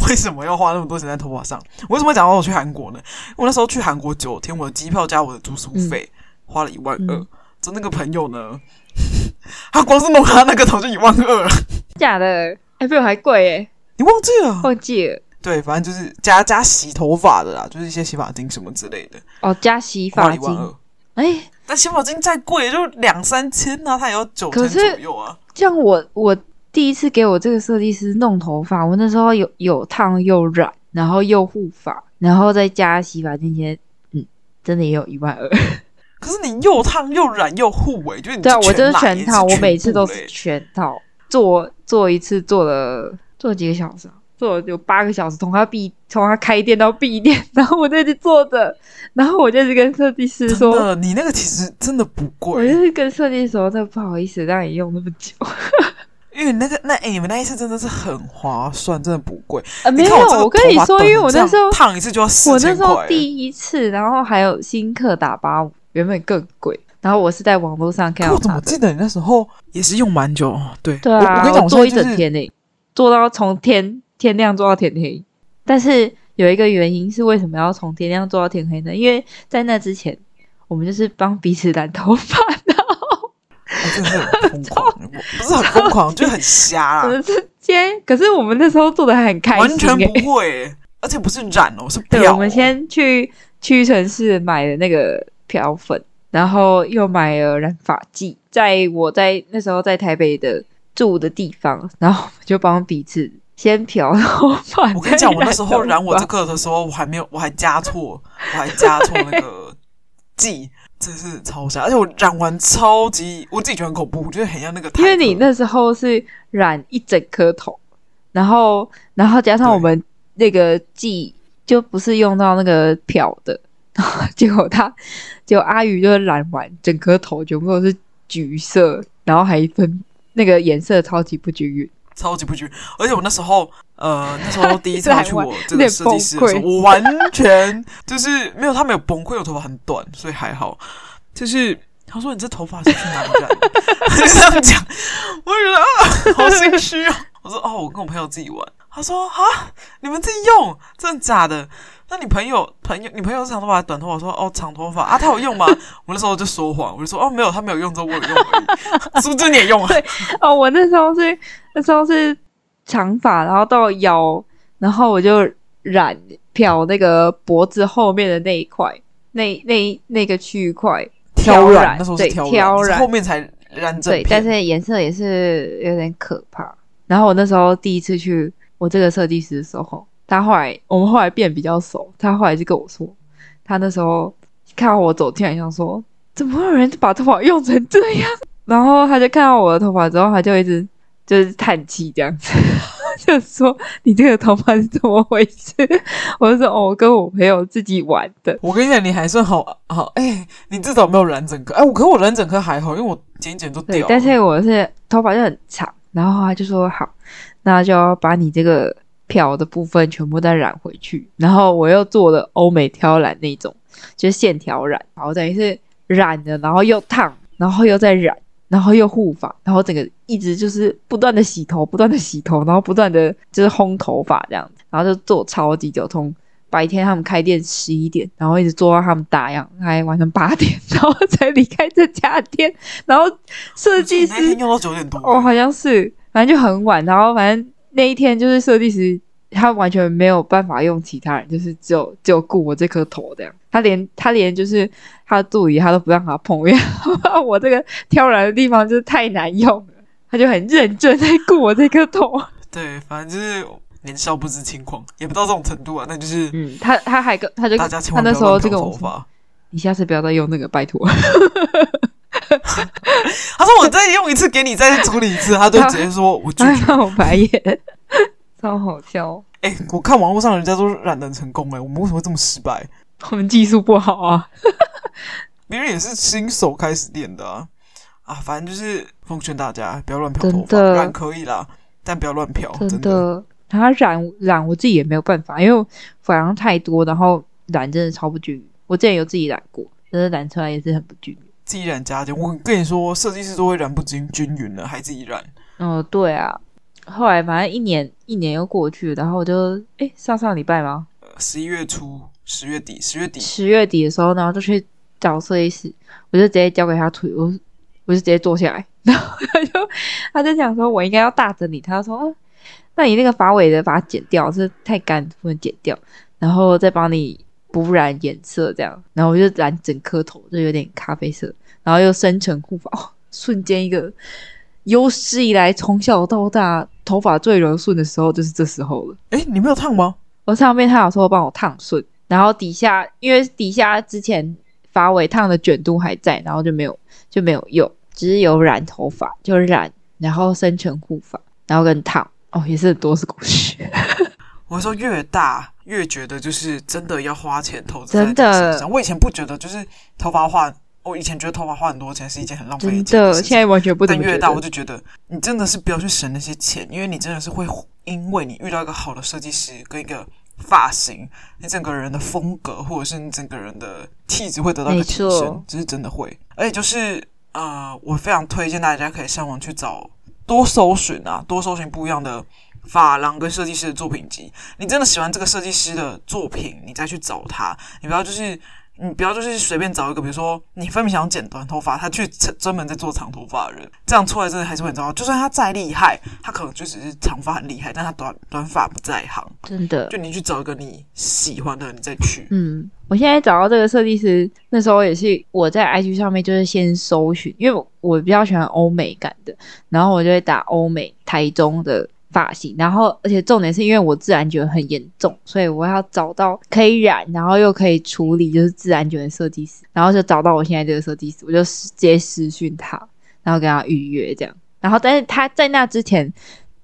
[SPEAKER 1] 为什么要花那么多钱在头发上。我为什么讲到我去韩国呢？我那时候去韩国九天，我的机票加我的住宿费、花了一万二
[SPEAKER 2] 嗯，
[SPEAKER 1] 就那个朋友呢， 他光是弄他那个头就一万二了，
[SPEAKER 2] 假的，哎，比我还贵哎，
[SPEAKER 1] 你忘记了？
[SPEAKER 2] 忘记了
[SPEAKER 1] 对，反正就是加加洗头发的啦，就是一些洗发精什么之类的，
[SPEAKER 2] 哦，加洗
[SPEAKER 1] 花
[SPEAKER 2] 发
[SPEAKER 1] 了一万二
[SPEAKER 2] 精，。哎，
[SPEAKER 1] 但洗发精再贵就两三千呐、啊，它也要九
[SPEAKER 2] 可
[SPEAKER 1] 千
[SPEAKER 2] 是
[SPEAKER 1] 左右啊。
[SPEAKER 2] 像我我第一次给我这个设计师弄头发，我那时候有有烫又染，然后又护发，然后再加洗发精，些，嗯，真的也有一万二。
[SPEAKER 1] 可是你又烫又染又护诶、就是你
[SPEAKER 2] 对啊，我就是
[SPEAKER 1] 是
[SPEAKER 2] 全欸套，我每次都
[SPEAKER 1] 是
[SPEAKER 2] 是全套，做做一次做了做了几个小时啊，做了有八个小时，从他闭从他开店到闭店， 然后我就一直坐着，然后我就一直跟设计师
[SPEAKER 1] 真
[SPEAKER 2] 说，
[SPEAKER 1] 的，你那个其实真的不
[SPEAKER 2] 我
[SPEAKER 1] 贵
[SPEAKER 2] 就，是跟设计师说，真的不好意思让你用那么 久
[SPEAKER 1] 因为你那个那哎、你们那一次真的是很划算，真的不贵。
[SPEAKER 2] 啊，没
[SPEAKER 1] 你
[SPEAKER 2] 有，
[SPEAKER 1] 看我这个
[SPEAKER 2] 我跟你
[SPEAKER 1] 头发
[SPEAKER 2] 说，
[SPEAKER 1] 短
[SPEAKER 2] 因为
[SPEAKER 1] 成
[SPEAKER 2] 我
[SPEAKER 1] 这
[SPEAKER 2] 那
[SPEAKER 1] 样
[SPEAKER 2] 时候
[SPEAKER 1] 烫一次就要四
[SPEAKER 2] 我那
[SPEAKER 1] 千
[SPEAKER 2] 时
[SPEAKER 1] 块、
[SPEAKER 2] 候第一次，然后还有新课打八五，原本更贵，然后我是在网络上
[SPEAKER 1] 可
[SPEAKER 2] 看到
[SPEAKER 1] 我怎
[SPEAKER 2] 它
[SPEAKER 1] 么
[SPEAKER 2] 的
[SPEAKER 1] 记得你那时候也是用蛮久？哦对，
[SPEAKER 2] 对
[SPEAKER 1] 我
[SPEAKER 2] 啊，
[SPEAKER 1] 我跟你讲，我
[SPEAKER 2] 做一
[SPEAKER 1] 现在就
[SPEAKER 2] 整
[SPEAKER 1] 是
[SPEAKER 2] 天呢、欸做到从天天亮做到天黑。但是有一个原因是为什么要从天亮做到天黑呢？因为在那之前，我们就是帮彼此染 头发的，
[SPEAKER 1] 我哎真的是很疯狂，我不是很疯 狂，就很瞎啦，
[SPEAKER 2] 我们之间。可是我们那时候做的很开
[SPEAKER 1] 啊完
[SPEAKER 2] 心、
[SPEAKER 1] 全
[SPEAKER 2] 欸，
[SPEAKER 1] 不会、而且不是染哦，是
[SPEAKER 2] 对，
[SPEAKER 1] 漂、哦。
[SPEAKER 2] 我们先去屈臣氏买了那个漂粉，然后又买了染发剂。在我在那时候在台北的住的地方，然后我们就帮彼此先漂头发。
[SPEAKER 1] 我跟你讲，
[SPEAKER 2] 再
[SPEAKER 1] 我那时 候
[SPEAKER 2] 头
[SPEAKER 1] 染我
[SPEAKER 2] 发
[SPEAKER 1] 这个的时候，我还没有，我还加错，我还加错那个剂，真是超傻。而且我染完超级，我自己觉得很恐怖，我觉得很像那个台
[SPEAKER 2] 因
[SPEAKER 1] 客。
[SPEAKER 2] 为你那时候是染一整颗头，然后然后加上
[SPEAKER 1] 对
[SPEAKER 2] 我们那个剂就不是用到那个漂的，然后结果他 结果阿宇就染完整颗头全部都是橘色，然后还分那个颜色超级不均匀，
[SPEAKER 1] 超级不均，而且我那时候， 呃，那时候第一次
[SPEAKER 2] 染
[SPEAKER 1] 要
[SPEAKER 2] 完
[SPEAKER 1] 去我这个设计师的时候，
[SPEAKER 2] 有点崩
[SPEAKER 1] 我完全 就是没有他没有崩溃，我头发很短，所以还好。就是他说你这头发是去哪里染的？他就这样讲，我就觉得啊， 好心虚哦。我说哦，我跟我朋友自己玩。他说啊，你们自己用，真的假的？那你朋友朋友，你朋友是长头发还是短头发？我说哦，长头发啊，他有用吗？我那时候就说谎，我就说哦，没有，他没有用，只有我有用而已。是不是你也用啊？
[SPEAKER 2] 哦，我那时候是那时候是长发，然后到腰，然后我就染漂那个脖子后面的那一块，那那那个区块。挑染
[SPEAKER 1] 染，那时候是
[SPEAKER 2] 对
[SPEAKER 1] 挑
[SPEAKER 2] 挑
[SPEAKER 1] 你是
[SPEAKER 2] 染
[SPEAKER 1] 后面才染整
[SPEAKER 2] 对
[SPEAKER 1] 片。，
[SPEAKER 2] 但是颜色也是有点可怕。然后我那时候第一次去我这个设计师的时候，他后来我们后来变比较熟，他后来就跟我说，他那时候看到我走进来，想说怎么会有人把头发用成这样？ 然后他就看到我的头发之后，他就一直就是叹气这样子， 就说你这个头发是怎么回事？我就说哦，我跟我朋友自己玩的。
[SPEAKER 1] 我跟你讲，你还算好好，哎、你至少没有染整颗。哎、我可我染整颗还好，因为我剪一剪就掉
[SPEAKER 2] 对
[SPEAKER 1] 了，。
[SPEAKER 2] 但是我是头发就很长，然后他就说好，那就要把你这个漂的部分全部再染回去。然后我又做了欧美挑染那种，就是线条染，然后等于是染了，然后又烫，然后又再染，然后又护发，然后整个一直就是不断的洗头，不断的洗头，然后不断的就是烘头发这样子，然后就做超级久，从白天他们开店十一点，然后一直做到他们打烊，还晚上八点， 然后才离开这家店，然后设计
[SPEAKER 1] 我那
[SPEAKER 2] 师
[SPEAKER 1] 天用到九点多，
[SPEAKER 2] 哦，好像是，反正就很晚，然后反正那一天就是设计师，他完全没有办法用其他人，就是只有只有顾我这颗头这样，他连他连就是他的助理他都不让他碰，因为他怕我这个挑染的地方就是太难用了，他就很认真在顾我这颗头。
[SPEAKER 1] 对，反正就是年少不知轻狂，也不到这种程度啊，那就是
[SPEAKER 2] 嗯，他他还跟他就
[SPEAKER 1] 大家千
[SPEAKER 2] 他
[SPEAKER 1] 万
[SPEAKER 2] 那
[SPEAKER 1] 不
[SPEAKER 2] 时
[SPEAKER 1] 要
[SPEAKER 2] 候
[SPEAKER 1] 乱
[SPEAKER 2] 就
[SPEAKER 1] 漂
[SPEAKER 2] 跟我
[SPEAKER 1] 头
[SPEAKER 2] 说，
[SPEAKER 1] 发。
[SPEAKER 2] 你下次不要再用那个，拜托。
[SPEAKER 1] 他说我再用一次给你，再处理一次，他就直接说我拒
[SPEAKER 2] 他
[SPEAKER 1] 绝。
[SPEAKER 2] 让我白眼，哎超好笑。
[SPEAKER 1] 哎、我看网络上人家都染得很成功哎、我们为什么会这么失败？
[SPEAKER 2] 我们技术不好啊，
[SPEAKER 1] 别人也是新手开始练的啊，啊，反正就是奉劝大家不要乱漂
[SPEAKER 2] 真
[SPEAKER 1] 头发，
[SPEAKER 2] 的
[SPEAKER 1] 染可以啦，但不要乱漂，真
[SPEAKER 2] 哦真的。然后染染我自己也没有办法，因为发量太多，然后染真的超不均匀。我之前有自己染过，但是染出来也是很不均匀。
[SPEAKER 1] 自己染加减。我跟你说，设计师都会染不均均匀了，还自己染。
[SPEAKER 2] 嗯，对啊。后来反正一年一年又过去，然后我就哎上上礼拜吗？
[SPEAKER 1] 呃十一月初、十月底、十月底，
[SPEAKER 2] 十月底的时候，然后就去找设计师，我就直接交给他腿，我我就直接坐下来， 然后他就他就想说，我应该要大整理，他就说，嗯，那你那个发尾的把它剪掉，是太干不能剪掉，然后再帮你补染颜色这样，然后我就染整颗头，就有点咖啡色，然后又深层护发，哦，瞬间一个有史以来从小到大头发最柔顺的时候就是这时候了。
[SPEAKER 1] 哎、你没有烫吗？
[SPEAKER 2] 我上面他有说帮我烫顺，然后底下因为底下之前发尾烫的卷度还在，然后就没有就没有用，只是有染头发，就染，然后深层护发，然后跟烫，哦，也是很多是狗血，
[SPEAKER 1] 我说越大越觉得就是真的要花钱投资在
[SPEAKER 2] 真的
[SPEAKER 1] 自己身上。我以前不觉得就是头发花，我以前觉得头发花很多钱是一件很浪费
[SPEAKER 2] 真
[SPEAKER 1] 钱
[SPEAKER 2] 的，
[SPEAKER 1] 事
[SPEAKER 2] 现
[SPEAKER 1] 情。
[SPEAKER 2] 在完全不怎
[SPEAKER 1] 但
[SPEAKER 2] 么觉
[SPEAKER 1] 越大我
[SPEAKER 2] 得，
[SPEAKER 1] 就觉得你真的是不要去省那些钱，因为你真的是会因为你遇到一个好的设计师跟一个发型，你整个人的风格或者是你整个人的气质会得到一个提
[SPEAKER 2] 没错
[SPEAKER 1] 升，这是真的会。而且就是呃，我非常推荐大家可以上网去找多搜寻啊，多搜寻不一样的发廊跟设计师的作品集。你真的喜欢这个设计师的作品，你再去找他，你不要就是。你不要就是随便找一个，比如说你分明想要剪短头发，他却专专门在做长头发的人，这样出来真的还是会很糟糕。就算他再厉害，他可能就只是长发很厉害，但他短短发不在行。
[SPEAKER 2] 真的
[SPEAKER 1] 就，你去找一个你喜欢的，你再去。
[SPEAKER 2] 嗯，我现在找到这个设计师，那时候也是我在 IG 上面就是先搜寻，因为我我比较喜欢欧美感的，然后我就会打欧美台中的发型，然后而且重点是因为我自然卷很严重，所以我要找到可以染，然后又可以处理就是自然卷的设计师，然后就找到我现在这个设计师，我就直接私讯他，然后跟他预约这样，然后但是他在那之前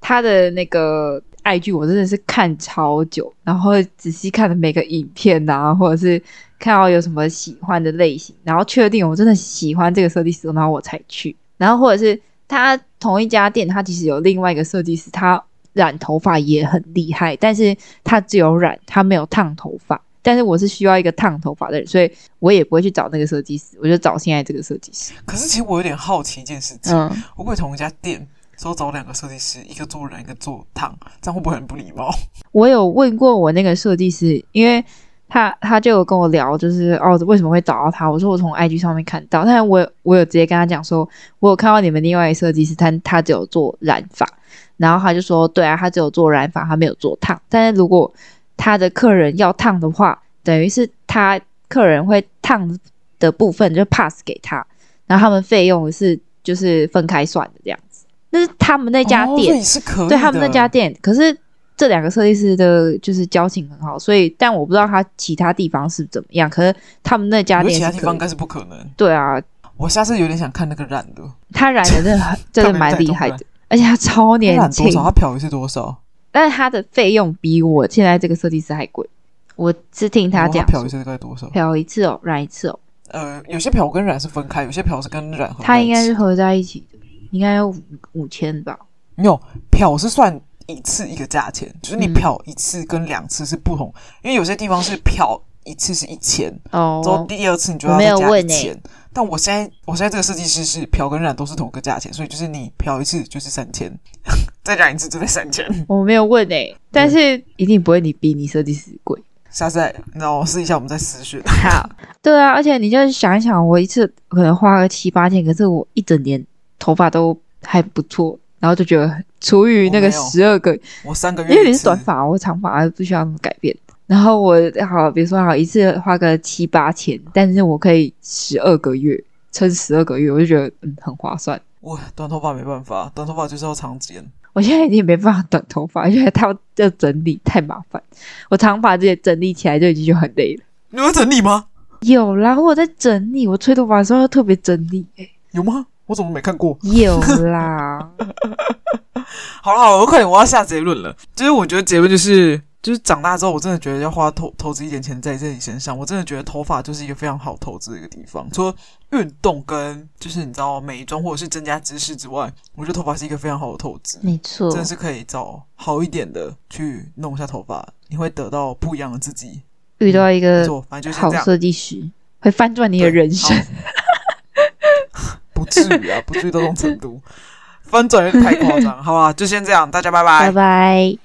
[SPEAKER 2] 他的那个 IG 我真的是看超久，然后仔细看了每个影片啊，或者是看到有什么喜欢的类型，然后确定我真的喜欢这个设计师，然后我才去。然后或者是他同一家店，他其实有另外一个设计师，他染头发也很厉害，但是他只有染，他没有烫头发。但是我是需要一个烫头发的人，所以我也不会去找那个设计师，我就找现在这个设计师。
[SPEAKER 1] 可是其实我有点好奇一件事情，
[SPEAKER 2] 嗯，
[SPEAKER 1] 我会同一家店说找两个设计师，一个做染，一个做烫，这样会不会很不礼貌？
[SPEAKER 2] 我有问过我那个设计师，因为他他就有跟我聊，就是哦为什么会找到他？我说我从 IG 上面看到，但我我有直接跟他讲说，我有看到你们另外一个设计师，他他只有做染发，然后他就说对啊，他只有做染发，他没有做烫。但是如果他的客人要烫的话，等于是他客人会烫的部分就 pass 给他，然后他们费用是就是分开算的这样子。那是他 们那家
[SPEAKER 1] 哦
[SPEAKER 2] 店，
[SPEAKER 1] 所以是可以的，
[SPEAKER 2] 对他们那家店，可是这两个设计师的就是交情很好，所以但我不知道他其他地方是怎么样。可是他们那家
[SPEAKER 1] 有
[SPEAKER 2] 店
[SPEAKER 1] 其他
[SPEAKER 2] 是
[SPEAKER 1] 地
[SPEAKER 2] 可以
[SPEAKER 1] 方应该是不可能。
[SPEAKER 2] 对啊，
[SPEAKER 1] 我下次有点想看那个染的，
[SPEAKER 2] 他染的真 的很真的蛮厉害
[SPEAKER 1] 他染
[SPEAKER 2] 的，而且他超
[SPEAKER 1] 他
[SPEAKER 2] 年
[SPEAKER 1] 染多
[SPEAKER 2] 轻
[SPEAKER 1] 少？，啊他漂一次多少？
[SPEAKER 2] 但是他的费用比我现在这个设计师还贵。我是听他
[SPEAKER 1] 然后
[SPEAKER 2] 讲
[SPEAKER 1] 哦漂
[SPEAKER 2] 说
[SPEAKER 1] 一，次大概多少？
[SPEAKER 2] 漂一次哦，染一次哦，
[SPEAKER 1] 呃，有些漂跟染是分开，有些漂是跟哦染合在一起。
[SPEAKER 2] 他应该是合在一起的，应该要五五千吧。
[SPEAKER 1] 没有漂是算一次一个价钱，就是你
[SPEAKER 2] 嗯
[SPEAKER 1] 漂一次跟两次是不同，因为有些地方是漂一次是一千，之后
[SPEAKER 2] 哦，
[SPEAKER 1] 第二次你就要
[SPEAKER 2] 我没
[SPEAKER 1] 再
[SPEAKER 2] 有
[SPEAKER 1] 加一
[SPEAKER 2] 问欸
[SPEAKER 1] 千。但我现在我现在这个设计师是漂跟染都是同一个价钱，所以就是你漂一次就是三千， 再染一次就在三千。
[SPEAKER 2] 我没有问诶、但是一定不会你比你设计师贵。
[SPEAKER 1] 下次再那我试一下，我们再私讯。
[SPEAKER 2] 好，对啊，而且你就是想一想，我一次可能花个七八千，可是我一整年头发都还不错，然后就觉得除以那个
[SPEAKER 1] 我哦没有嗯
[SPEAKER 2] 十二个，
[SPEAKER 1] 我三个月，
[SPEAKER 2] 因为你是短，发，我长发不需要那么改变。然后我好，比如说好一次花个七八千，但是我可以十二个月撑十二个月，我就觉得嗯很划算。
[SPEAKER 1] 我短头发没办法，短头发就是要长剪。
[SPEAKER 2] 我现在已经没办法短头发，因为它要整理太麻烦。我长发这些整理起来就已经就很累了。
[SPEAKER 1] 你有在整理吗？
[SPEAKER 2] 有啦，我有在整理，我吹头发的时候要特别整理、欸。
[SPEAKER 1] 有吗？我怎么没看过？
[SPEAKER 2] 有啦，
[SPEAKER 1] 好了好了，快点，我要下结论了。就是我觉得结论就是，就是长大之后，我真的觉得要花投投资一点钱在自己身上。我真的觉得头发就是一个非常好投资的一个地方。除了运动跟就是你知道美妆或者是增加知识之外，我觉得头发是一个非常好的投资。
[SPEAKER 2] 没错
[SPEAKER 1] 真的是可以找好一点的去弄一下头发，你会得到不一样的自己。
[SPEAKER 2] 遇到一
[SPEAKER 1] 没
[SPEAKER 2] 个
[SPEAKER 1] 错，反正就是
[SPEAKER 2] 呃好
[SPEAKER 1] 这样。
[SPEAKER 2] 设计师，会翻转你的人生。
[SPEAKER 1] 好不至于啊，不至于到这种程度，翻转有点太夸张，好吧，就先这样，大家拜拜
[SPEAKER 2] 拜。拜。